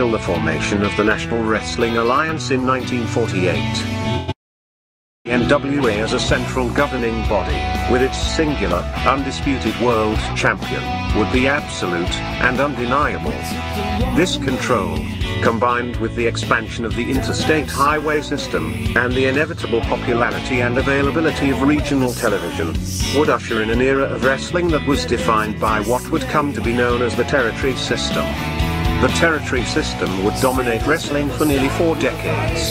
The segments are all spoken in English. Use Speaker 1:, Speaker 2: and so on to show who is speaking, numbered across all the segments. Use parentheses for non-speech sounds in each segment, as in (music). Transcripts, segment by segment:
Speaker 1: Till the formation of the National Wrestling Alliance in 1948. The NWA as a central governing body, with its singular, undisputed world champion, would be absolute and undeniable. This control, combined with the expansion of the interstate highway system, and the inevitable popularity and availability of regional television, would usher in an era of wrestling that was defined by what would come to be known as the territory system. The territory system would dominate wrestling for nearly four decades,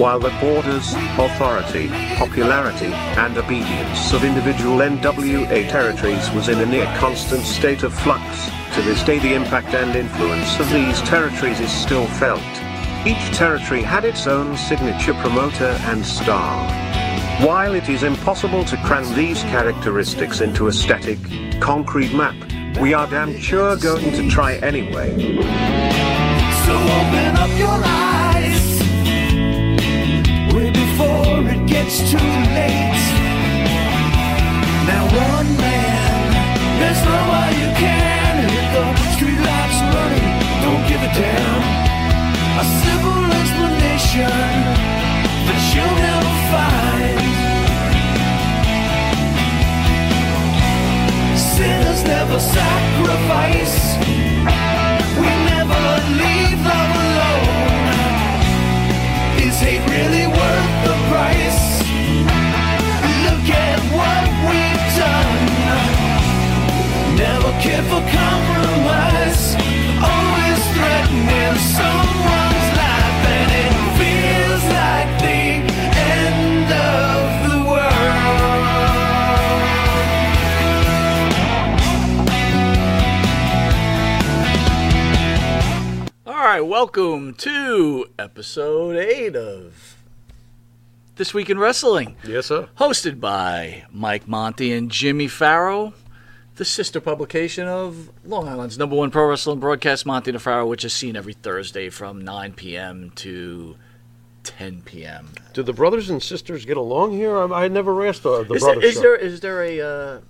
Speaker 1: while the borders, authority, popularity, and obedience of individual NWA territories was in a near constant state of flux. To this day, the impact and influence of these territories is still felt. Each territory had its own signature promoter and star. While it is impossible to cram these characteristics into a static, concrete map, we are damn sure going to try anyway.
Speaker 2: So open up your eyes way before it gets too late. Now one man, there's no way you can. And if the streetlights running, don't give a damn. A simple explanation that you'll never find. Sinners never sacrifice. We never leave love alone. Is hate really worth the price? Look at what we've done. Never care for compromise. Always threatening someone's life, and it feels like the end of the world.
Speaker 3: All right, welcome to episode eight of This Week in Wrestling,
Speaker 4: Yes, sir.
Speaker 3: hosted by Mike Monty and Jimmy Farrow, the sister publication of Long Island's number one pro wrestling broadcast, Monty and Farrow, which is seen every Thursday from 9 p.m. to 10 p.m.
Speaker 4: Do the brothers and sisters get along here? I, I never asked the, the
Speaker 3: Is there,
Speaker 4: brothers.
Speaker 3: is
Speaker 4: sir.
Speaker 3: there is there a uh,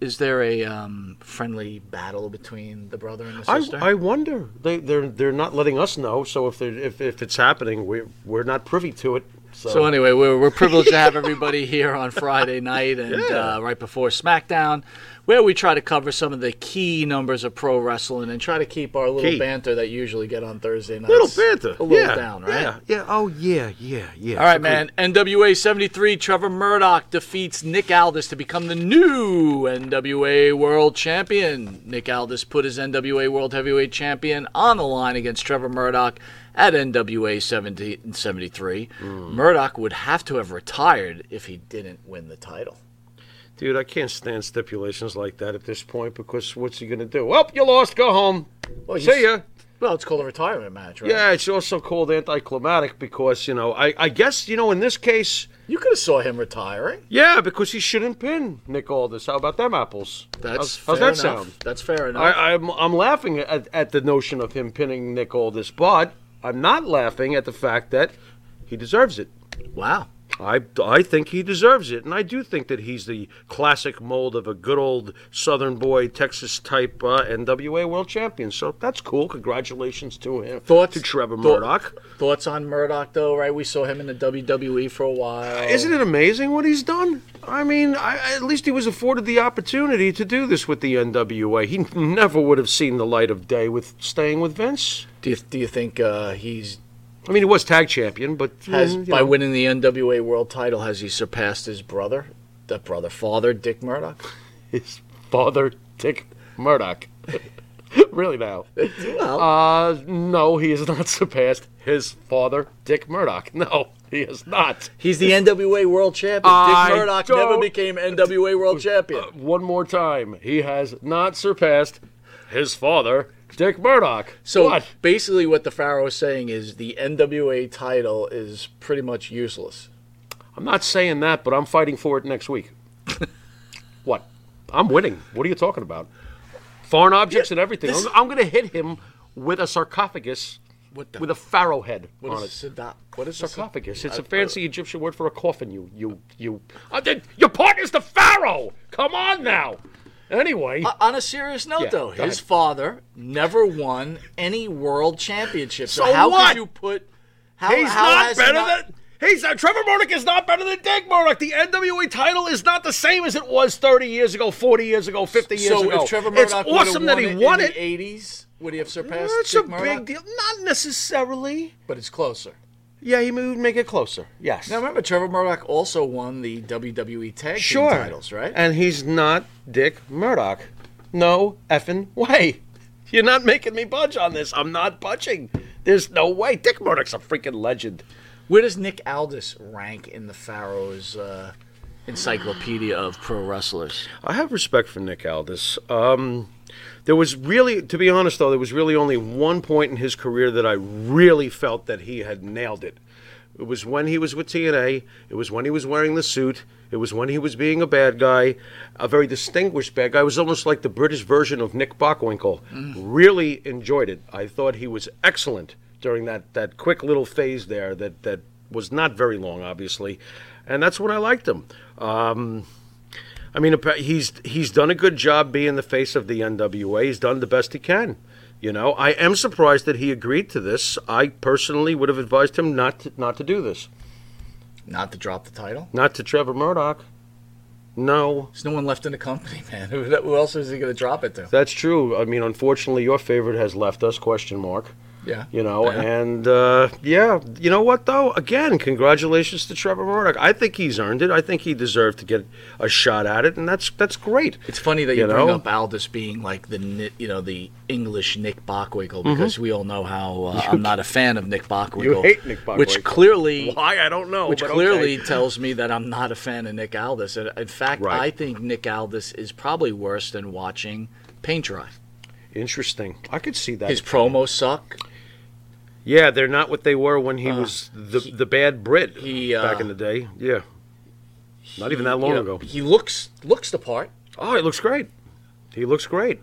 Speaker 3: is there a um, friendly battle between the brother and the sister?
Speaker 4: I, I wonder. They they're they're not letting us know. So if they're if, if it's happening, we're we're not privy to it. So,
Speaker 3: So anyway, we're, we're privileged to
Speaker 4: (laughs)
Speaker 3: have everybody here on Friday night and uh, right before SmackDown, where we try to cover some of the key numbers of pro wrestling and try to keep our little
Speaker 4: Key.
Speaker 3: banter that you usually get on Thursday nights
Speaker 4: little
Speaker 3: a
Speaker 4: banter.
Speaker 3: little
Speaker 4: yeah,
Speaker 3: down, right?
Speaker 4: Yeah. Yeah. Oh yeah. Yeah. Yeah.
Speaker 3: All right, man. NWA 73, Trevor Murdoch defeats Nick Aldis to become the new NWA World Champion. Nick Aldis put his NWA World Heavyweight Champion on the line against Trevor Murdoch at NWA 70, 73.
Speaker 4: Hmm.
Speaker 3: Murdoch would have to have retired if he didn't win the title.
Speaker 4: Dude, I can't stand stipulations like that at this point because what's he gonna do? Well, you lost. Go home. See ya.
Speaker 3: Well, it's called a retirement match, right?
Speaker 4: Yeah, it's also called anticlimactic because you know I, I guess you know in this case
Speaker 3: You could have saw him retiring.
Speaker 4: yeah because he shouldn't pin Nick Aldis. How about them apples?
Speaker 3: That's
Speaker 4: how's, how's
Speaker 3: fair
Speaker 4: that
Speaker 3: enough.
Speaker 4: sound?
Speaker 3: That's fair enough.
Speaker 4: I, I'm, I'm laughing at, at the notion of him pinning Nick Aldis, but I'm not laughing at the fact that he deserves it.
Speaker 3: wow.
Speaker 4: I, I think he deserves it, and I do think that he's the classic mold of a good old Southern boy, Texas type uh, NWA World Champion. So that's cool. Congratulations to him.
Speaker 3: Thoughts?
Speaker 4: to Trevor
Speaker 3: Thought-
Speaker 4: Murdoch.
Speaker 3: Thoughts on Murdoch, though, right? We saw him in the WWE for a while.
Speaker 4: Isn't it amazing what he's done? I mean, I, at least he was afforded the opportunity to do this with the NWA. He (laughs) never would have seen the light of day with staying with Vince.
Speaker 3: Do you, do you think uh, he's
Speaker 4: I mean, he was tag champion, but
Speaker 3: has
Speaker 4: mm, you
Speaker 3: by
Speaker 4: know.
Speaker 3: winning the NWA World Title has he surpassed his brother, that brother, father Dick Murdoch?
Speaker 4: his father, Dick Murdoch. (laughs) really now?
Speaker 3: Well,
Speaker 4: Uh, no, he has not (laughs) surpassed his father, Dick Murdoch. (laughs) No, he has not.
Speaker 3: he's the NWA World Champion.
Speaker 4: I
Speaker 3: Dick Murdoch never
Speaker 4: don't-
Speaker 3: became NWA World Champion.
Speaker 4: One more time, he has not surpassed his father, Dick Murdoch.
Speaker 3: So
Speaker 4: what?
Speaker 3: basically, what the Pharaoh is saying is the NWA title is pretty much useless.
Speaker 4: I'm not saying that, but I'm fighting for it next (laughs) week. what? I'm winning. What are you talking about? Foreign objects and everything.
Speaker 3: this-
Speaker 4: I'm, I'm going to hit him with a sarcophagus
Speaker 3: What the-
Speaker 4: with a pharaoh head
Speaker 3: What
Speaker 4: on
Speaker 3: is
Speaker 4: it.
Speaker 3: Sadat? What is a
Speaker 4: sarcophagus. It's a fancy Egyptian Uh, word for a coffin. You, you, you. I did, your partner's the pharaoh. Come on now. Anyway,
Speaker 3: O- uh, On a serious note,
Speaker 4: Yeah,
Speaker 3: though,
Speaker 4: go
Speaker 3: his
Speaker 4: ahead.
Speaker 3: father never won any world championships.
Speaker 4: So
Speaker 3: how
Speaker 4: what?
Speaker 3: could you put? How,
Speaker 4: he's
Speaker 3: how
Speaker 4: not
Speaker 3: has
Speaker 4: better
Speaker 3: not-
Speaker 4: than. He's not, Trevor Murdoch is not better than Dick Murdoch. The NWA title is not the same as it was 30 years ago, 40 years ago, 50 years
Speaker 3: So
Speaker 4: ago.
Speaker 3: if Trevor Murdoch
Speaker 4: it's
Speaker 3: would've
Speaker 4: awesome that he
Speaker 3: won
Speaker 4: won
Speaker 3: in
Speaker 4: it.
Speaker 3: the '80s, would he have surpassed
Speaker 4: That's
Speaker 3: Dick
Speaker 4: a
Speaker 3: Murdoch?
Speaker 4: big deal. Not necessarily.
Speaker 3: But it's closer.
Speaker 4: Yeah, he would make it closer. Yes.
Speaker 3: Now remember, Trevor Murdoch also won the WWE Tag Team
Speaker 4: sure.
Speaker 3: titles, right?
Speaker 4: And he's not Dick Murdoch. No effing way. You're not making me budge on this. I'm not budging. There's no way. Dick Murdoch's a freaking legend.
Speaker 3: Where does Nick Aldis rank in the Pharaoh's uh, encyclopedia of pro wrestlers?
Speaker 4: I have respect for Nick Aldis. Um, there was really, to be honest though, there was really only one point in his career that I really felt that he had nailed it. It was when he was with TNA. It was when he was wearing the suit. It was when he was being a bad guy, a very distinguished bad guy. It was almost like the British version of Nick Bockwinkel. Really enjoyed it. I thought he was excellent during that, that quick little phase there that, that was not very long, obviously. And that's when I liked him. Um, I mean, appa- he's he's done a good job being the face of the NWA. He's done the best he can. You know, I am surprised that he agreed to this. I personally would have advised him not to, not to do this.
Speaker 3: Not to drop the title.
Speaker 4: Not to Trevor Murdoch. No,
Speaker 3: There's no one left in the company, (laughs) man. Who, who else is he going to drop it to?
Speaker 4: that's true. I mean, unfortunately, your favorite has left us? Question mark.
Speaker 3: Yeah.
Speaker 4: You know, and uh, yeah, you know what though? Again, congratulations to Trevor Murdoch. I think he's earned it. I think he deserved to get a shot at it, and that's that's great.
Speaker 3: It's funny that you,
Speaker 4: You
Speaker 3: bring
Speaker 4: know?
Speaker 3: up Aldis being like the Ni- you know the English Nick Bockwinkel
Speaker 4: Mm-hmm.
Speaker 3: because we all know how uh, I'm not a fan of Nick Bockwinkel.
Speaker 4: hate Nick Bockwinkel.
Speaker 3: which clearly
Speaker 4: Why I don't know,
Speaker 3: which
Speaker 4: Oh, but okay.
Speaker 3: clearly tells me that I'm not a fan of Nick Aldis. And In fact,
Speaker 4: Right.
Speaker 3: I think Nick Aldis is probably worse than watching paint dry.
Speaker 4: Interesting. I could see that.
Speaker 3: His promos suck.
Speaker 4: Yeah, they're not what they were when he was the the bad Brit
Speaker 3: Ah. he, uh,
Speaker 4: back in the day. Yeah, not even that long
Speaker 3: You know,
Speaker 4: ago.
Speaker 3: he uh, looks looks the part.
Speaker 4: Oh, he looks great. He looks great.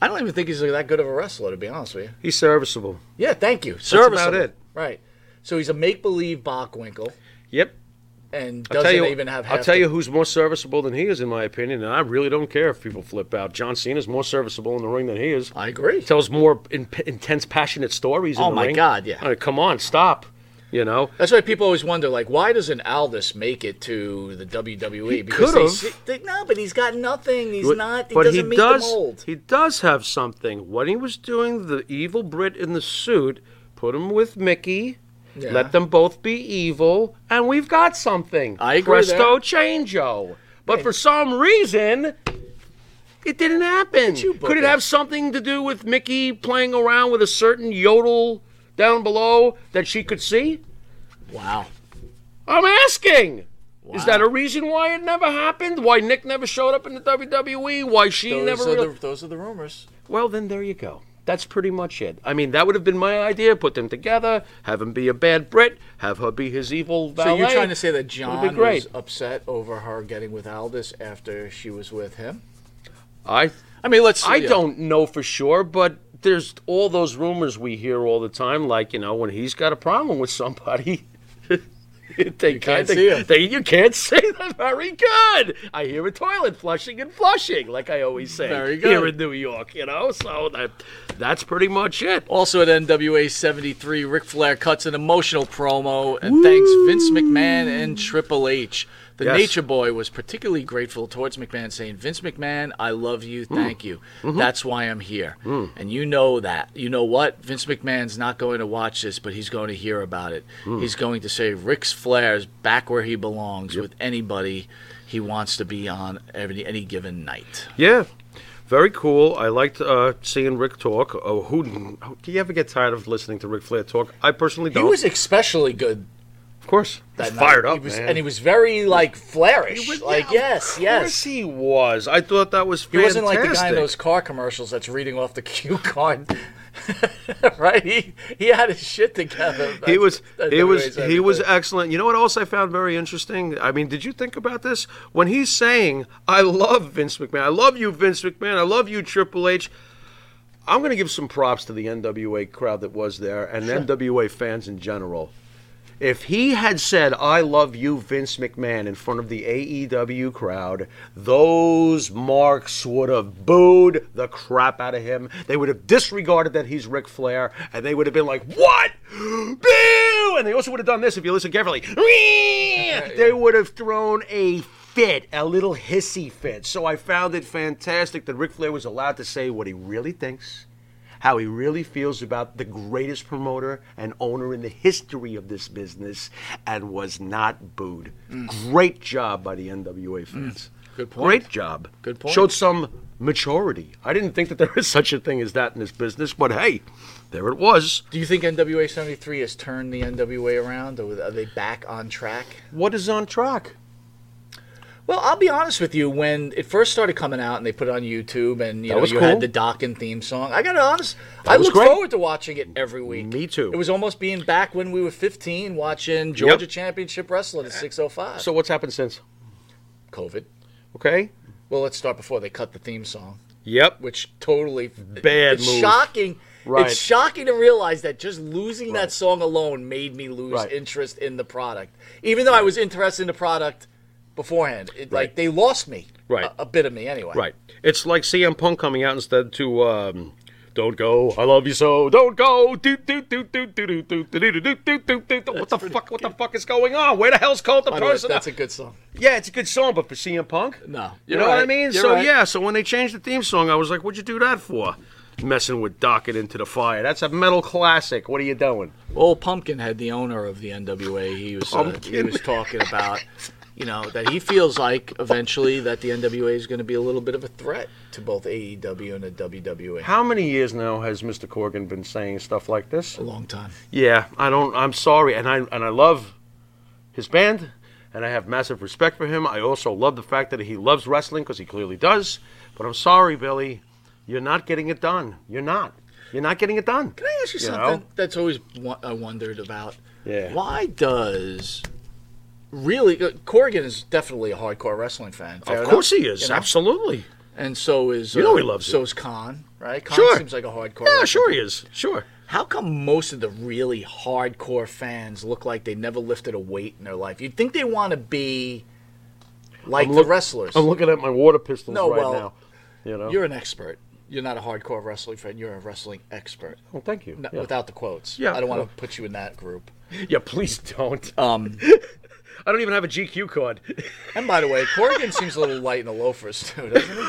Speaker 3: I don't even think he's that good of a wrestler, to be honest with you.
Speaker 4: He's serviceable.
Speaker 3: Yeah, thank you.
Speaker 4: about
Speaker 3: Serviceable.
Speaker 4: it.
Speaker 3: Right. So he's a make believe Bockwinkel
Speaker 4: Yep.
Speaker 3: and
Speaker 4: I'll
Speaker 3: doesn't
Speaker 4: tell you.
Speaker 3: even have. Half
Speaker 4: I'll tell
Speaker 3: the-
Speaker 4: you who's more serviceable than he is, in my opinion. And I really don't care if people flip out. John Cena's more serviceable in the ring than he is.
Speaker 3: I agree.
Speaker 4: Tells more in, intense, passionate stories. in
Speaker 3: Oh,
Speaker 4: the
Speaker 3: my
Speaker 4: ring.
Speaker 3: God, yeah.
Speaker 4: Uh, come on, stop. You know.
Speaker 3: That's why people always wonder, like, why doesn't Aldis make it to the WWE? they
Speaker 4: could've.
Speaker 3: see- they- no, but he's got nothing. He's
Speaker 4: But-
Speaker 3: not. He
Speaker 4: but
Speaker 3: doesn't
Speaker 4: he
Speaker 3: meet
Speaker 4: does.
Speaker 3: the mold.
Speaker 4: He does have something. When he was doing the evil Brit in the suit, put him with Mickey.
Speaker 3: Yeah.
Speaker 4: Let them both be evil, and we've got something.
Speaker 3: I agree
Speaker 4: Presto
Speaker 3: there.
Speaker 4: changeo. But for some reason, it didn't happen.
Speaker 3: you,
Speaker 4: Could it
Speaker 3: Booker.
Speaker 4: have something to do with Mickey playing around with a certain yodel down below that she could see?
Speaker 3: wow.
Speaker 4: I'm asking. Is
Speaker 3: Wow.
Speaker 4: that a reason why it never happened? Why Nick never showed up in the WWE? Why she
Speaker 3: Those,
Speaker 4: never?
Speaker 3: are
Speaker 4: really-
Speaker 3: the, those are the rumors.
Speaker 4: well, then there you go. That's pretty much it. I mean, that would have been my idea. Put them together, have him be a bad Brit, have her be his evil valet.
Speaker 3: So you're trying to say that John
Speaker 4: great.
Speaker 3: was upset over her getting with Aldis after she was with him?
Speaker 4: I
Speaker 3: I mean, let's.
Speaker 4: I
Speaker 3: yeah.
Speaker 4: don't know for sure, but there's all those rumors we hear all the time. Like you know, when he's got a problem with somebody, (laughs) they you
Speaker 3: can't see him.
Speaker 4: They, you can't (laughs) see them. Very good. I hear a toilet flushing and flushing, like I always say.
Speaker 3: Very
Speaker 4: Here
Speaker 3: good.
Speaker 4: in New York, you know. So that that's pretty much it.
Speaker 3: Also at NWA 73, Ric Flair cuts an emotional promo and thanks Vince McMahon and Triple H. The
Speaker 4: Yes.
Speaker 3: Nature Boy was particularly grateful towards McMahon, saying, Vince McMahon, I love you. Thank you. That's why I'm here. And you know that. You know what? Vince McMahon's not going to watch this, but he's going to hear about it. He's going to say, Ric Flair's back where he belongs with anybody he wants to be on every, any given night.
Speaker 4: Yeah, very cool. I liked uh, seeing Rick talk. Oh, who do you ever get tired of listening to Rick Flair talk? I personally
Speaker 3: He
Speaker 4: don't.
Speaker 3: was especially good
Speaker 4: of course,
Speaker 3: that night.
Speaker 4: fired up,
Speaker 3: He was,
Speaker 4: man.
Speaker 3: and he was very like flairish.
Speaker 4: He was-
Speaker 3: like
Speaker 4: yeah,
Speaker 3: yes,
Speaker 4: of course
Speaker 3: yes.
Speaker 4: he was. I thought that was
Speaker 3: He
Speaker 4: fantastic.
Speaker 3: wasn't like the guy in those car commercials that's reading off the (laughs) cue card. right? He he had his shit together.
Speaker 4: He was,
Speaker 3: That's-
Speaker 4: he
Speaker 3: that's
Speaker 4: was,
Speaker 3: the way
Speaker 4: he
Speaker 3: he
Speaker 4: was
Speaker 3: said it.
Speaker 4: excellent. You know what else I found very interesting? I mean, did you think about this when he's saying, "I love Vince McMahon. I love you, Vince McMahon. I love you, Triple H." I'm going to give some props to the NWA crowd that was there and NWA fans in general. If he had said, I love you, Vince McMahon, in front of the AEW crowd, those marks would have booed the crap out of him. They would have disregarded that he's Ric Flair, and they would have been like, What? (gasps) Boo! And they also would have done this if you listen carefully. (laughs) They would have thrown a fit, a little hissy fit. So I found it fantastic that Ric Flair was allowed to say what he really thinks how he really feels about the greatest promoter and owner in the history of this business and was not booed. Great job by the NWA fans.
Speaker 3: Mm. Good point.
Speaker 4: Great job.
Speaker 3: Good point.
Speaker 4: Showed some maturity. I didn't think that there is (laughs) such a thing as that in this business, but hey, there it was.
Speaker 3: Do you think NWA 73 has turned the NWA around? Or are they back on track?
Speaker 4: What is on track?
Speaker 3: Well, I'll be honest with you. When it first started coming out and they put it on YouTube and you
Speaker 4: That
Speaker 3: know
Speaker 4: was
Speaker 3: you had
Speaker 4: cool.
Speaker 3: the Dokken theme song, I gotta honest, I
Speaker 4: was
Speaker 3: look
Speaker 4: great.
Speaker 3: forward to watching it every week.
Speaker 4: Me too.
Speaker 3: It was almost being back when we were 15 watching Georgia Championship Wrestling at 6:05.
Speaker 4: So what's happened since?
Speaker 3: COVID.
Speaker 4: Okay.
Speaker 3: Well, let's start before they cut the theme song,
Speaker 4: Yep.
Speaker 3: which totally
Speaker 4: Bad
Speaker 3: It's
Speaker 4: move.
Speaker 3: shocking.
Speaker 4: Right.
Speaker 3: It's shocking to realize that just losing that song alone made me lose
Speaker 4: Right.
Speaker 3: interest in the product, even though I was interested in the product beforehand. It, Like
Speaker 4: Right.
Speaker 3: they lost me,
Speaker 4: Right.
Speaker 3: a, a bit of me anyway.
Speaker 4: Right. It's like CM Punk coming out instead to um, "Don't go, I love you so." Don't go. Do do do do do do do do do do do do do. do. What the fuck? What the fuck is going on? Where the hell's Colt the
Speaker 3: By the way,
Speaker 4: person?
Speaker 3: that's a good song.
Speaker 4: yeah, it's a good song, but for CM Punk,
Speaker 3: No,
Speaker 4: You
Speaker 3: you're
Speaker 4: know what I
Speaker 3: right.
Speaker 4: mean?
Speaker 3: You're
Speaker 4: so
Speaker 3: right.
Speaker 4: yeah, so when they changed the theme song, I was like, "What'd you do that for?" Messing with Docket into the fire. That's a metal classic. What are you doing?
Speaker 3: Old Pumpkinhead, the owner of the NWA, he was uh, he
Speaker 4: Pumpkin.
Speaker 3: was talking about, you know, that he feels like eventually that the NWA is going to be a little bit of a threat to both AEW and the WWE.
Speaker 4: How many years now has Mr. Corgan been saying stuff like this?
Speaker 3: a long time.
Speaker 4: Yeah, I don't. I'm sorry, and I and I love his band, and I have massive respect for him. I also love the fact that he loves wrestling because he clearly does. But I'm sorry, Billy, you're not getting it done. You're not. You're not getting it done.
Speaker 3: Can I ask you,
Speaker 4: You
Speaker 3: something
Speaker 4: know?
Speaker 3: that's always wo- I wondered about?
Speaker 4: Yeah.
Speaker 3: Why does really uh, Corrigan is definitely a hardcore wrestling fan. fair
Speaker 4: Of
Speaker 3: enough,
Speaker 4: course he is.
Speaker 3: you know?
Speaker 4: Absolutely.
Speaker 3: And so is uh,
Speaker 4: You know he loves
Speaker 3: So
Speaker 4: it.
Speaker 3: is Khan, right? Khan
Speaker 4: Sure.
Speaker 3: seems like a hardcore.
Speaker 4: Yeah,
Speaker 3: wrestling
Speaker 4: sure he is. Sure.
Speaker 3: How come most of the really hardcore fans look like they never lifted a weight in their life? You'd think they want to be like
Speaker 4: look-
Speaker 3: the wrestlers.
Speaker 4: I'm looking at my water pistols
Speaker 3: No,
Speaker 4: right
Speaker 3: well,
Speaker 4: now. You know.
Speaker 3: You're an expert. You're not a hardcore wrestling fan. You're a wrestling expert.
Speaker 4: well, thank you.
Speaker 3: No,
Speaker 4: yeah.
Speaker 3: Without the quotes.
Speaker 4: Yeah,
Speaker 3: I don't want
Speaker 4: no.
Speaker 3: to put you in that group.
Speaker 4: yeah, please don't.
Speaker 3: Um,
Speaker 4: I don't even have a GQ card.
Speaker 3: (laughs)
Speaker 4: (laughs)
Speaker 3: and by the way, Corrigan seems a little light in the loafers, too, doesn't he?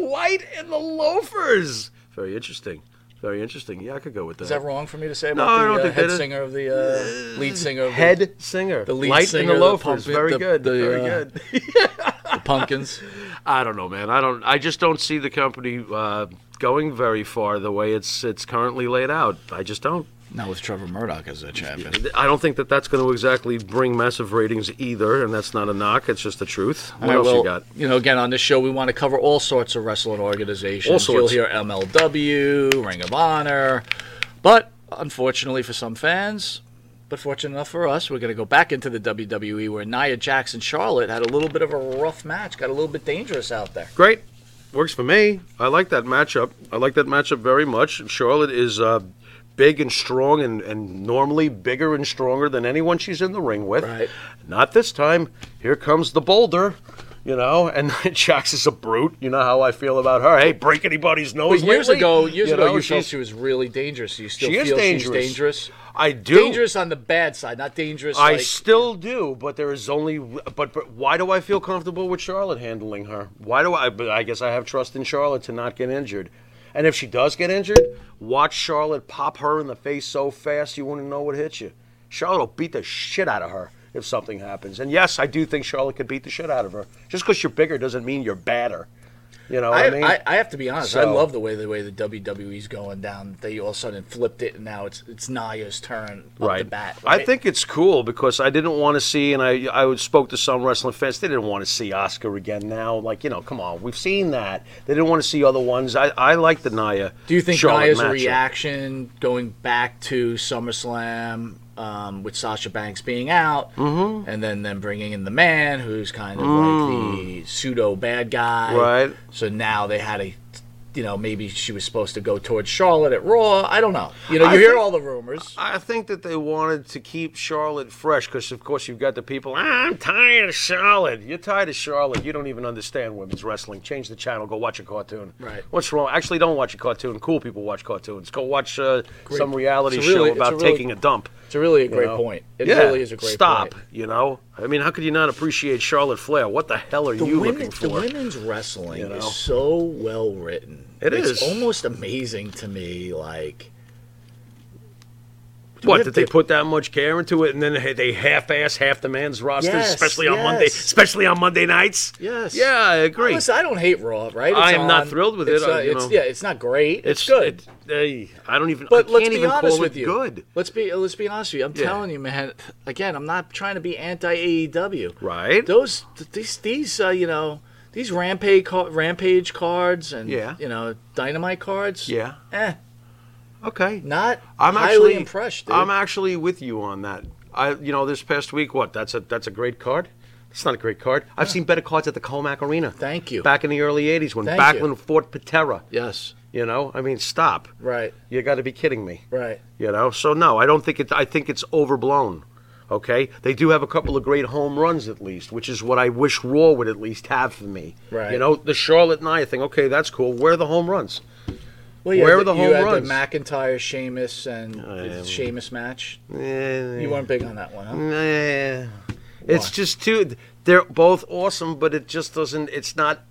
Speaker 4: White and the loafers. Very interesting. Very interesting. Yeah, I could go with that.
Speaker 3: Is that wrong for me to say
Speaker 4: No,
Speaker 3: about
Speaker 4: I don't
Speaker 3: the uh,
Speaker 4: think
Speaker 3: head
Speaker 4: that is-
Speaker 3: singer of the uh, lead singer of
Speaker 4: head singer.
Speaker 3: The lead
Speaker 4: Light
Speaker 3: singer, the
Speaker 4: and the loafers.
Speaker 3: puppet,
Speaker 4: very
Speaker 3: the-
Speaker 4: good.
Speaker 3: the,
Speaker 4: very
Speaker 3: uh,
Speaker 4: good.
Speaker 3: the Pumpkins?
Speaker 4: I don't know, man. I don't. I just don't see the company uh, going very far the way it's it's currently laid out. I just don't.
Speaker 3: Not with Trevor Murdoch as a champion.
Speaker 4: I don't think that that's going to exactly bring massive ratings either, and that's not a knock. It's just the truth. What
Speaker 3: All right,
Speaker 4: else
Speaker 3: well,
Speaker 4: you got?
Speaker 3: know, again, on this show, we want to cover all sorts of wrestling organizations.
Speaker 4: All sorts.
Speaker 3: You'll hear MLW, Ring of Honor. But unfortunately for some fans, but fortunate enough for us, we're going to go back into the WWE where Nia Jackson Charlotte had a little bit of a rough match, got a little bit dangerous out there.
Speaker 4: Great. Works for me. I like that matchup. I like that matchup very much. Charlotte is uh, big and strong and, and normally bigger and stronger than anyone she's in the ring with.
Speaker 3: Right.
Speaker 4: Not this time. Here comes the boulder, you know, and (laughs) Jax is a brute. You know how I feel about her. Hey, break anybody's nose.
Speaker 3: But years
Speaker 4: lately?
Speaker 3: ago, years ago,
Speaker 4: know,
Speaker 3: you felt
Speaker 4: she's-
Speaker 3: she was really dangerous. You still
Speaker 4: She is
Speaker 3: feel she's
Speaker 4: dangerous.
Speaker 3: dangerous.
Speaker 4: I do.
Speaker 3: Dangerous on the bad side, not dangerous.
Speaker 4: I
Speaker 3: like,
Speaker 4: still do, but there is only. But, but why do I feel comfortable with Charlotte handling her? Why do I? But I guess I have trust in Charlotte to not get injured. And if she does get injured, watch Charlotte pop her in the face so fast you wouldn't know what hit you. Charlotte will beat the shit out of her if something happens. And yes, I do think Charlotte could beat the shit out of her. Just because you're bigger doesn't mean you're badder. You know what
Speaker 3: I,
Speaker 4: I, mean?
Speaker 3: I, I have to be honest. I
Speaker 4: So-
Speaker 3: love the way the way the WWE's going down. They all of a sudden flipped it, and now it's it's Naya's turn up the bat.
Speaker 4: I
Speaker 3: right?
Speaker 4: think it's cool because I didn't want to see, and I I would- spoke to some wrestling fans. They didn't want to see Oscar again. Now, like you know, come on, we've seen that. They didn't want to see other ones. I I like the Naya.
Speaker 3: Do you think
Speaker 4: Charlotte
Speaker 3: Naya's
Speaker 4: matchup.
Speaker 3: reaction going back to SummerSlam um, with Sasha Banks being out,
Speaker 4: Mm-hmm.
Speaker 3: and then them bringing in the man who's kind of like the pseudo bad guy,
Speaker 4: Mm. Right.
Speaker 3: So now they had a you know, maybe she was supposed to go towards Charlotte at Raw. I don't know. You know, you
Speaker 4: I
Speaker 3: hear
Speaker 4: think-
Speaker 3: all the rumors.
Speaker 4: I think that they wanted to keep Charlotte fresh because, of course, you've got the people. "Ah, I'm tired of Charlotte. You're tired of Charlotte. You don't even understand women's wrestling. Change the channel. Go watch a cartoon.
Speaker 3: Right.
Speaker 4: What's wrong? Actually, don't watch a cartoon. Cool people watch cartoons. Go watch uh, some reality
Speaker 3: It's a really-
Speaker 4: show
Speaker 3: it's
Speaker 4: about
Speaker 3: a really-
Speaker 4: taking a dump.
Speaker 3: It's really a
Speaker 4: you
Speaker 3: great
Speaker 4: know?
Speaker 3: point. It
Speaker 4: Yeah,
Speaker 3: really is a great
Speaker 4: stop.
Speaker 3: point.
Speaker 4: You know, I mean, how could you not appreciate Charlotte Flair? What the hell are
Speaker 3: The,
Speaker 4: you
Speaker 3: women,
Speaker 4: looking
Speaker 3: the
Speaker 4: for?
Speaker 3: women's wrestling
Speaker 4: You know?
Speaker 3: is so well written.
Speaker 4: It
Speaker 3: it's
Speaker 4: is.
Speaker 3: almost amazing to me. Like,
Speaker 4: What
Speaker 3: With
Speaker 4: did they
Speaker 3: the-
Speaker 4: put that much care into it, and then they- they half-ass half the man's roster,
Speaker 3: Yes,
Speaker 4: especially on Monday,
Speaker 3: yes.
Speaker 4: especially on Monday nights?
Speaker 3: Yes.
Speaker 4: Yeah, I agree.
Speaker 3: listen, I don't hate Raw, right? It's
Speaker 4: I am not
Speaker 3: on.
Speaker 4: thrilled with it,
Speaker 3: It's,
Speaker 4: I-
Speaker 3: uh,
Speaker 4: you
Speaker 3: it's-
Speaker 4: know.
Speaker 3: yeah, it's not great. It's,
Speaker 4: It's
Speaker 3: good.
Speaker 4: it- hey, I don't even.
Speaker 3: But
Speaker 4: I
Speaker 3: let's
Speaker 4: can't
Speaker 3: be
Speaker 4: even
Speaker 3: honest
Speaker 4: call
Speaker 3: with
Speaker 4: it
Speaker 3: you.
Speaker 4: Good.
Speaker 3: Let's be let's be honest with you. I'm
Speaker 4: Yeah.
Speaker 3: telling you, man. Again, I'm not trying to be anti AEW.
Speaker 4: Right.
Speaker 3: Those th- these these uh, you know these rampage ca- rampage cards and
Speaker 4: Yeah.
Speaker 3: you know dynamite cards.
Speaker 4: Yeah.
Speaker 3: Eh,
Speaker 4: Okay.
Speaker 3: not.
Speaker 4: I'm
Speaker 3: highly
Speaker 4: actually
Speaker 3: impressed. Dude.
Speaker 4: I'm actually with you on that. I, you know, this past week, what? That's a that's a great card. It's not a great card. I've seen better cards at the Comac Arena.
Speaker 3: Thank you.
Speaker 4: Back in the early '80s when
Speaker 3: Thank
Speaker 4: Backlund
Speaker 3: you.
Speaker 4: fought Patera.
Speaker 3: yes.
Speaker 4: You know, I mean, stop.
Speaker 3: Right.
Speaker 4: You got to be kidding me.
Speaker 3: Right.
Speaker 4: You know, so no, I don't think it. I think it's overblown. Okay, they do have a couple of great home runs at least, which is what I wish Raw would at least have for me.
Speaker 3: Right.
Speaker 4: You know, the Charlotte and I thing. Okay, that's cool. Where are the home runs?
Speaker 3: Well, you
Speaker 4: Where
Speaker 3: had
Speaker 4: were the
Speaker 3: you
Speaker 4: home
Speaker 3: had
Speaker 4: runs?
Speaker 3: The McIntyre, Sheamus, and
Speaker 4: Oh,
Speaker 3: the Sheamus match. You weren't big on that one, huh?
Speaker 4: Eh, it's just too. They're both awesome, but it just doesn't. It's not.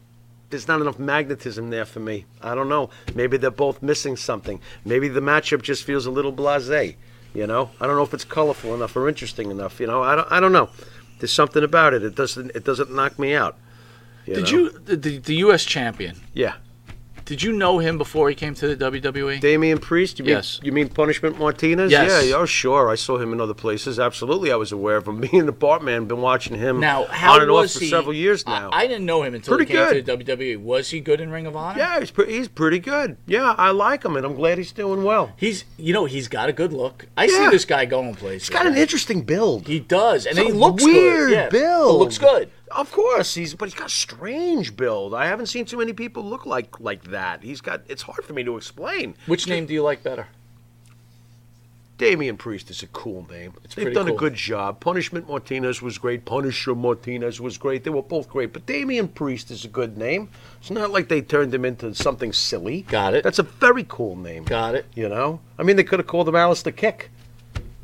Speaker 4: There's not enough magnetism there for me. I don't know. Maybe they're both missing something. Maybe the matchup just feels a little blasé. You know, I don't know if it's colorful enough or interesting enough. You know, I don't. I don't know. There's something about it. It doesn't. It doesn't knock me out.
Speaker 3: Did
Speaker 4: know?
Speaker 3: you the, the the U.S. champion?
Speaker 4: Yeah.
Speaker 3: Did you know him before he came to the E? WWE?
Speaker 4: Damian Priest? You mean,
Speaker 3: Yes.
Speaker 4: You mean Punishment Martinez?
Speaker 3: Yes.
Speaker 4: Yeah, yeah, oh, sure. I saw him in other places. Absolutely, I was aware of him. (laughs) Me and the Bartman been watching him
Speaker 3: Now, how
Speaker 4: on and off
Speaker 3: was
Speaker 4: for
Speaker 3: he-
Speaker 4: several years now.
Speaker 3: I, I didn't know him until
Speaker 4: Pretty
Speaker 3: he came
Speaker 4: good.
Speaker 3: to the WWE. Was he good in Ring of Honor?
Speaker 4: yeah, he's, pre- he's pretty good. Yeah, I like him, and I'm glad he's doing well.
Speaker 3: He's, you know, he's got a good look. I
Speaker 4: Yeah.
Speaker 3: see this guy going places.
Speaker 4: He's got an interesting build.
Speaker 3: He does, and
Speaker 4: It's
Speaker 3: he
Speaker 4: a
Speaker 3: looks
Speaker 4: weird
Speaker 3: good. Yeah,
Speaker 4: build.
Speaker 3: He looks good.
Speaker 4: Of course, he's but he's got a strange build. I haven't seen too many people look like like that. He's got. It's hard for me to explain.
Speaker 3: Which name do you like better?
Speaker 4: Damian Priest is a cool name. They've
Speaker 3: pretty
Speaker 4: done a
Speaker 3: cool.
Speaker 4: good job. Punishment Martinez was great. Punisher Martinez was great. They were both great. But Damian Priest is a good name. It's not like they turned him into something silly.
Speaker 3: Got it.
Speaker 4: That's a very cool name.
Speaker 3: Got it.
Speaker 4: You know? I mean, they could have called him Alice the Kick.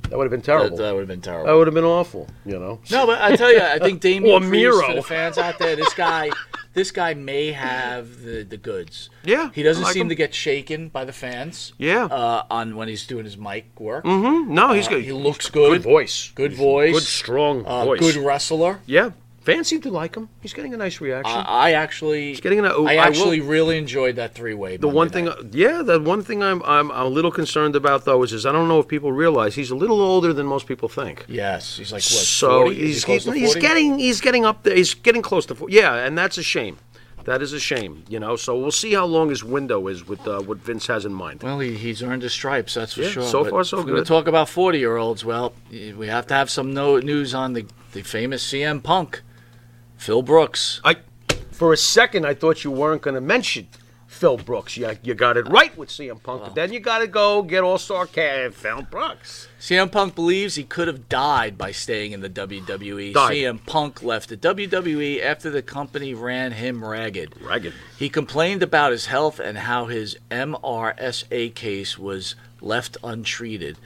Speaker 4: That would have been
Speaker 3: That,
Speaker 4: terrible. Oh,
Speaker 3: that uh, would have been terrible.
Speaker 4: That would have been awful, you know?
Speaker 3: No, but I tell you, I
Speaker 4: (laughs)
Speaker 3: think Damian
Speaker 4: Or
Speaker 3: Priest
Speaker 4: Miro.
Speaker 3: for the fans out there, this guy, this guy may have the, the goods.
Speaker 4: Yeah,
Speaker 3: he doesn't
Speaker 4: I like
Speaker 3: seem
Speaker 4: him.
Speaker 3: to get shaken by the fans.
Speaker 4: Yeah. Mm-hmm.
Speaker 3: uh, on when he's doing his mic work,
Speaker 4: No, he's good.
Speaker 3: he looks good.
Speaker 4: Good voice.
Speaker 3: Good voice.
Speaker 4: Good, strong
Speaker 3: uh,
Speaker 4: voice.
Speaker 3: good wrestler. Uh,
Speaker 4: yeah. Fans seem to like him. He's getting a nice reaction.
Speaker 3: I, I actually,
Speaker 4: getting an- oh,
Speaker 3: I
Speaker 4: I will-
Speaker 3: actually really enjoyed that three way.
Speaker 4: The one thing, uh, yeah, the one thing I'm, I'm a little concerned about though is, is I don't know if people realize he's a little older than most people think.
Speaker 3: yes, he's like what,
Speaker 4: So
Speaker 3: 40? Is he
Speaker 4: he's
Speaker 3: close
Speaker 4: he's,
Speaker 3: to
Speaker 4: he's
Speaker 3: 40?
Speaker 4: getting he's getting up there. He's getting close to 40. yeah, and that's a shame. That is a shame, you know. So we'll see how long his window is with uh, what Vince has in mind.
Speaker 3: Well, he, he's earned his stripes, that's for
Speaker 4: Yeah,
Speaker 3: sure.
Speaker 4: so
Speaker 3: but
Speaker 4: far, so
Speaker 3: if We're going
Speaker 4: good.
Speaker 3: to talk about 40 year olds. Well, y- we have to have some no, news on the, the famous CM Punk, Phil Brooks.
Speaker 4: I, for a second, I thought you weren't going to mention Phil Brooks. You, you got it right with CM Punk, but then you got to go get all sarcastic. Phil Brooks.
Speaker 3: CM Punk believes he could have died by staying in the WWE.
Speaker 4: Died.
Speaker 3: CM Punk left the WWE after the company ran him ragged.
Speaker 4: Ragged.
Speaker 3: He complained about his health and how his MRSA case was left untreated.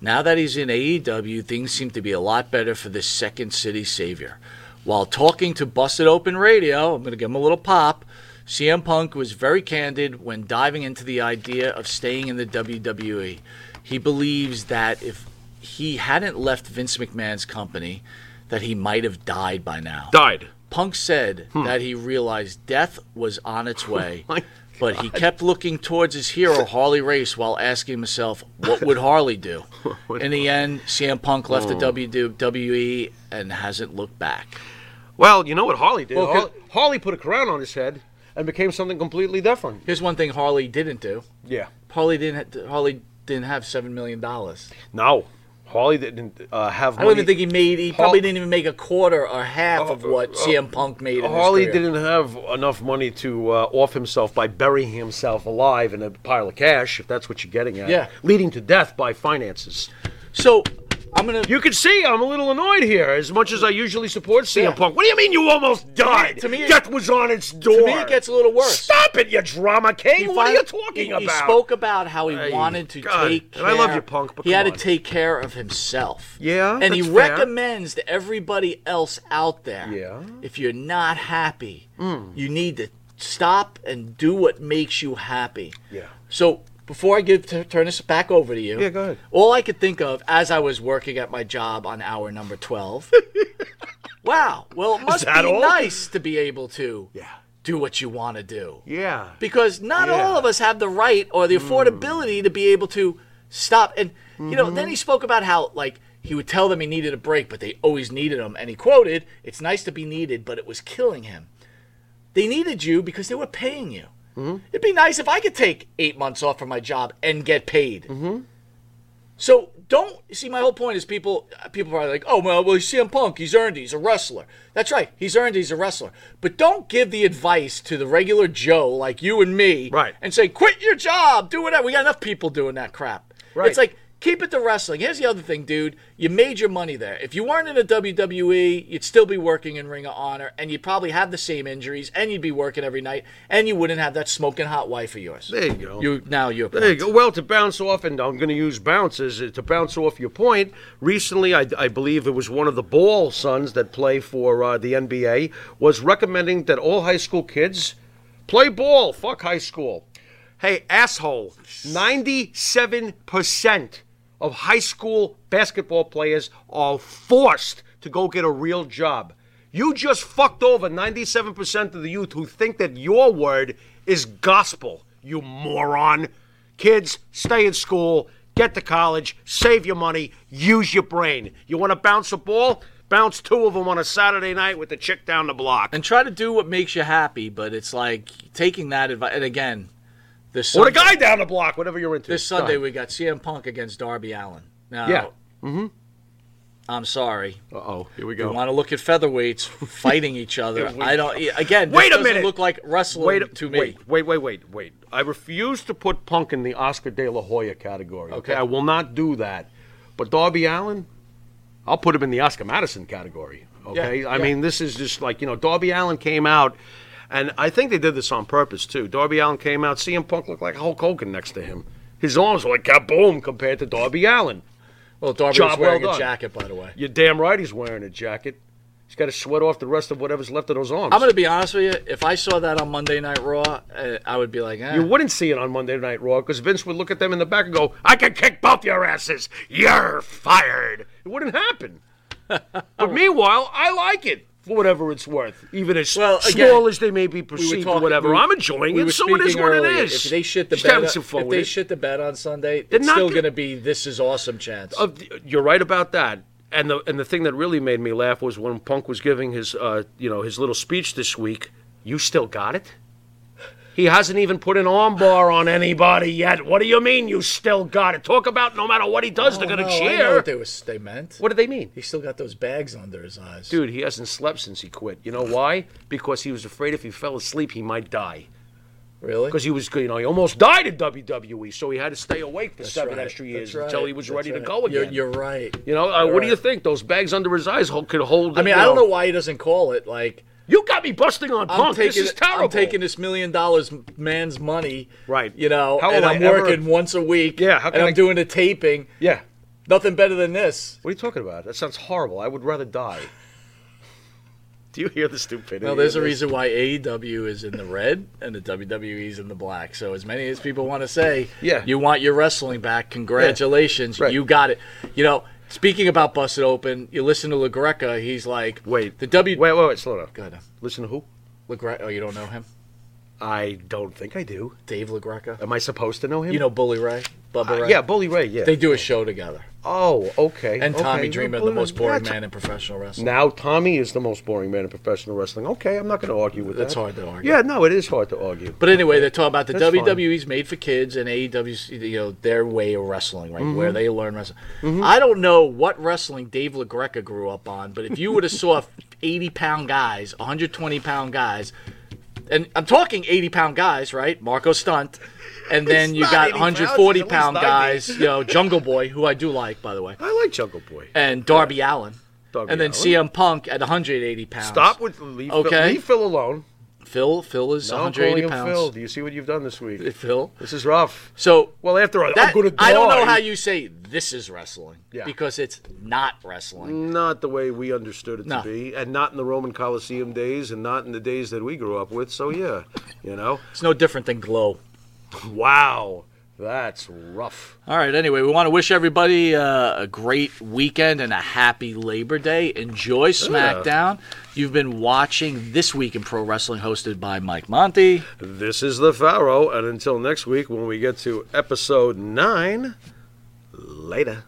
Speaker 3: Now that he's in AEW, things seem to be a lot better for this second city savior. While talking to Busted Open Radio, I'm going to give him a little pop. CM Punk was very candid when diving into the idea of staying in the WWE. He believes that if he hadn't left Vince McMahon's company, that he might have died by now.
Speaker 4: Died.
Speaker 3: Punk said that he realized death was on
Speaker 4: (laughs)
Speaker 3: its way,
Speaker 4: Hmm. Oh my
Speaker 3: but he kept looking towards his hero, Harley Race, while asking himself, what would Harley
Speaker 4: (laughs)
Speaker 3: do? In the end, CM Punk left
Speaker 4: Oh.
Speaker 3: the WWE and hasn't looked back.
Speaker 4: Well, you know what Harley did.
Speaker 3: Well, 'cause-
Speaker 4: Harley, Harley put a crown on his head and became something completely different.
Speaker 3: Here's one thing Harley didn't do.
Speaker 4: Yeah.
Speaker 3: Harley didn't. Harley didn't have seven million dollars.
Speaker 4: No. Paulie didn't uh, have.
Speaker 3: I don't even
Speaker 4: money-
Speaker 3: think he made. He
Speaker 4: Paul-
Speaker 3: probably didn't even make a quarter or half of what CM Punk made. In his
Speaker 4: Oh, Harley
Speaker 3: career.
Speaker 4: didn't have enough money to uh, off himself by burying himself alive in a pile of cash, if that's what you're getting at.
Speaker 3: Yeah.
Speaker 4: Leading to death by finances.
Speaker 3: So I'm gonna.
Speaker 4: You can see I'm a little annoyed here, as much as I usually support CM
Speaker 3: Yeah.
Speaker 4: Punk. What do you mean you almost died?
Speaker 3: to me it-
Speaker 4: death was on its door.
Speaker 3: to me, it gets a little worse.
Speaker 4: Stop it, you drama king!
Speaker 3: He
Speaker 4: what are
Speaker 3: fin-
Speaker 4: you talking
Speaker 3: he,
Speaker 4: about?
Speaker 3: He spoke about how he
Speaker 4: Hey,
Speaker 3: wanted to
Speaker 4: God.
Speaker 3: take. Care,
Speaker 4: And I love you, punk, but
Speaker 3: he had
Speaker 4: come
Speaker 3: to
Speaker 4: on.
Speaker 3: take care of himself.
Speaker 4: Yeah,
Speaker 3: and he
Speaker 4: that's fair.
Speaker 3: recommends to everybody else out there.
Speaker 4: Yeah. Hmm.
Speaker 3: if you're not happy, you need to stop and do what makes you happy.
Speaker 4: Yeah.
Speaker 3: So. Before I give t- turn this back over to you,
Speaker 4: Yeah, go ahead.
Speaker 3: All I could think of as I was working at my job on hour number twelve.
Speaker 4: (laughs)
Speaker 3: wow. Well, it must be
Speaker 4: that all?
Speaker 3: nice to be able to
Speaker 4: Yeah.
Speaker 3: do what you want to do
Speaker 4: Yeah.
Speaker 3: because not
Speaker 4: Yeah.
Speaker 3: all of us have the right or the affordability to be able to stop and you know then he spoke about how like he would tell them he needed a break but they always needed him and he quoted it's nice to be needed but it was killing him they needed you because they were paying you it'd be nice if i could take eight months off from my job and get paid so don't see my whole point is people people are like, oh well, well CM Punk, he's earned, it. he's a wrestler. That's right, he's earned, it. he's a wrestler. But don't give the advice to the regular Joe like you and me,
Speaker 4: Right.
Speaker 3: And say quit your job, do whatever. We got enough people doing that crap.
Speaker 4: Right.
Speaker 3: It's like keep it to wrestling. Here's the other thing, dude. You made your money there. If you weren't in a WWE, E, you'd still be working in Ring of Honor, and you'd probably have the same injuries, and you'd be working every night, and you wouldn't have that smoking hot wife of yours.
Speaker 4: There you go.
Speaker 3: You now you're
Speaker 4: There you go. Well, to bounce off, and I'm going to use bounces uh, to bounce off your point. Recently, I, I believe it was one of the Ball sons that play for uh, the NBA was recommending that all high school kids play ball. Fuck high school. Hey, asshole! Ninety-seven percent of high school basketball players are forced to go get a real job. You just fucked over 97% of the youth who think that your word is gospel, you moron. Kids, stay in school, get to college, save your money, use your brain. You want to bounce a ball? Bounce two of them on a Saturday night with the chick down the block.
Speaker 3: and try to do what makes you happy. But it's like taking that advice. And again, this
Speaker 4: Or
Speaker 3: Sunday,
Speaker 4: the guy down the block, whatever you're into.
Speaker 3: this
Speaker 4: Go ahead.
Speaker 3: Sunday we got CM Punk against Darby Allen. Now,
Speaker 4: Yeah.
Speaker 3: I'm sorry.
Speaker 4: Uh-oh, here we
Speaker 3: You
Speaker 4: go.
Speaker 3: want to look at
Speaker 4: (laughs)
Speaker 3: featherweights fighting each other? I don't. Again, this
Speaker 4: Wait a
Speaker 3: doesn't
Speaker 4: minute.
Speaker 3: Look like wrestling
Speaker 4: Wait,
Speaker 3: to me.
Speaker 4: Wait, wait, wait, wait, wait. I refuse to put Punk in the Oscar De La Hoya category. Okay,
Speaker 3: Okay.
Speaker 4: I will not do that. But Darby Allen, I'll put him in the Oscar Madison category. Okay,
Speaker 3: Yeah,
Speaker 4: I
Speaker 3: yeah.
Speaker 4: mean this is just like you know Darby Allen came out, and I think they did this on purpose too. Darby Allen came out, CM Punk looked like Hulk Hogan next to him. His arms were like kaboom compared to Darby Allen.
Speaker 3: Well, Darby
Speaker 4: Job
Speaker 3: was wearing
Speaker 4: well
Speaker 3: a
Speaker 4: done.
Speaker 3: jacket, by the way.
Speaker 4: You're damn right he's wearing a jacket. He's got to sweat off the rest of whatever's left of those arms.
Speaker 3: I'm gonna be honest with you. If I saw that on Monday Night Raw, uh, I would be like, eh.
Speaker 4: You wouldn't see it on Monday Night Raw because Vince would look at them in the back and go, I can kick both your asses. You're fired. It wouldn't
Speaker 3: (laughs)
Speaker 4: happen. but meanwhile, I like it for whatever it's worth, even as
Speaker 3: Well, again,
Speaker 4: small as they may be perceived or
Speaker 3: talking-
Speaker 4: whatever.
Speaker 3: we-
Speaker 4: I'm enjoying
Speaker 3: we
Speaker 4: it,
Speaker 3: were
Speaker 4: so it is
Speaker 3: speaking
Speaker 4: what it
Speaker 3: earlier.
Speaker 4: is.
Speaker 3: If they shit the
Speaker 4: Just having
Speaker 3: bed,
Speaker 4: some
Speaker 3: on,
Speaker 4: fun
Speaker 3: if
Speaker 4: with
Speaker 3: they
Speaker 4: it.
Speaker 3: shit the bed on Sunday,
Speaker 4: They're
Speaker 3: it's
Speaker 4: not
Speaker 3: still
Speaker 4: gonna-
Speaker 3: gonna be this is awesome chance.
Speaker 4: Of the- you're right about that. And the and the thing that really made me laugh was when Punk was giving his uh, you know his little speech this week. You still got it. He hasn't even put an armbar on anybody yet. What do you mean you still got it? Talk about no matter what he does, they're gonna
Speaker 3: Oh, no, I know
Speaker 4: cheer.
Speaker 3: what they was they meant.
Speaker 4: what do they mean?
Speaker 3: He still got those bags under his eyes.
Speaker 4: Dude, he hasn't slept since he quit. You know why? Because he was afraid if he fell asleep he might die.
Speaker 3: really?
Speaker 4: Because he was, you know, he almost died at WWE, E, so he had to stay awake for
Speaker 3: That's
Speaker 4: seven
Speaker 3: right.
Speaker 4: extra years
Speaker 3: That's right.
Speaker 4: until he was
Speaker 3: That's
Speaker 4: ready
Speaker 3: right.
Speaker 4: to go
Speaker 3: You're,
Speaker 4: again.
Speaker 3: you're right.
Speaker 4: You know, uh,
Speaker 3: You're
Speaker 4: what do you
Speaker 3: right.
Speaker 4: think? Those bags under his eyes ho- could hold.
Speaker 3: I mean,
Speaker 4: you
Speaker 3: I don't know why he doesn't call it like
Speaker 4: You got me busting on
Speaker 3: I'm
Speaker 4: Punk.
Speaker 3: taking
Speaker 4: this is terrible.
Speaker 3: I'm taking this million dollars man's money.
Speaker 4: Right.
Speaker 3: You know,
Speaker 4: How
Speaker 3: and
Speaker 4: will I
Speaker 3: I'm
Speaker 4: ever-
Speaker 3: working once a week.
Speaker 4: Yeah, how can
Speaker 3: and I'm
Speaker 4: I-
Speaker 3: doing a taping.
Speaker 4: Yeah.
Speaker 3: Nothing better than this.
Speaker 4: What are you talking about? That sounds horrible. I would rather die. (laughs) Do you hear the stupidity?
Speaker 3: Now, there's a
Speaker 4: of this?
Speaker 3: reason why AEW is in the red and the WWE is in the black. So, as many as people want to say,
Speaker 4: Yeah.
Speaker 3: you want your wrestling back, congratulations,
Speaker 4: Right.
Speaker 3: you got it. You know, speaking about Busted Open, you listen to LaGreca, he's like,
Speaker 4: Wait.
Speaker 3: the W.
Speaker 4: Wait, wait, wait. Slow down.
Speaker 3: Go ahead.
Speaker 4: Listen to who?
Speaker 3: LaGreca, oh, you don't know him?
Speaker 4: I don't think I do.
Speaker 3: Dave LaGreca.
Speaker 4: Am I supposed to know him?
Speaker 3: You know Bully Ray? Bubba
Speaker 4: Uh,
Speaker 3: Ray?
Speaker 4: yeah, Bully Ray. Yeah.
Speaker 3: They do a show together.
Speaker 4: oh, okay.
Speaker 3: And
Speaker 4: okay.
Speaker 3: Tommy
Speaker 4: Well,
Speaker 3: Dreamer, the
Speaker 4: Bully-
Speaker 3: most boring
Speaker 4: that's-
Speaker 3: man in professional wrestling.
Speaker 4: Now Tommy is the most boring man in professional wrestling. Okay, I'm not going to argue with
Speaker 3: That's
Speaker 4: that.
Speaker 3: hard to argue.
Speaker 4: Yeah, no, it is hard to argue.
Speaker 3: But anyway, they're talking about the
Speaker 4: That's fine.
Speaker 3: WWE's made for kids and AEW's, you know, their way of wrestling, right?
Speaker 4: Mm-hmm.
Speaker 3: Where they learn wrestling. I don't know what wrestling Dave LaGreca grew up on, but if you would have saw (laughs) 80 pound guys, 120 pound guys, and I'm talking 80 pound guys, right? Marco Stunt. And then
Speaker 4: It's
Speaker 3: you
Speaker 4: not
Speaker 3: got
Speaker 4: 80 pounds, it's
Speaker 3: 140
Speaker 4: at least
Speaker 3: pound
Speaker 4: 90.
Speaker 3: guys, you know, Jungle Boy, who I do like, by the way,
Speaker 4: I like Jungle Boy.
Speaker 3: and Darby Allen.
Speaker 4: Darby
Speaker 3: and then
Speaker 4: Allin.
Speaker 3: CM Punk at 180 pounds.
Speaker 4: Stop with leave. Phil-
Speaker 3: Okay.
Speaker 4: leave Phil alone.
Speaker 3: Phil. Phil is
Speaker 4: Now I'm
Speaker 3: 180
Speaker 4: calling him Phil.
Speaker 3: pounds.
Speaker 4: Do you see what you've done this week?
Speaker 3: Phil.
Speaker 4: This is rough.
Speaker 3: So
Speaker 4: Well, after all, I'm
Speaker 3: That-
Speaker 4: going to die.
Speaker 3: I don't know how you say this is wrestling
Speaker 4: Yeah.
Speaker 3: because it's not wrestling.
Speaker 4: Not the way we understood it
Speaker 3: No.
Speaker 4: to be, and not in the Roman Coliseum days, and not in the days that we grew up with. So yeah, you know.
Speaker 3: It's no different than glow.
Speaker 4: Wow, that's rough.
Speaker 3: All right, anyway, we want to wish everybody uh, a great weekend and a happy Labor Day. Enjoy SmackDown. You've been watching This Week in Pro Wrestling, hosted by Mike Monty.
Speaker 4: This is the Pharaoh, and until next week when we get to episode nine. Later.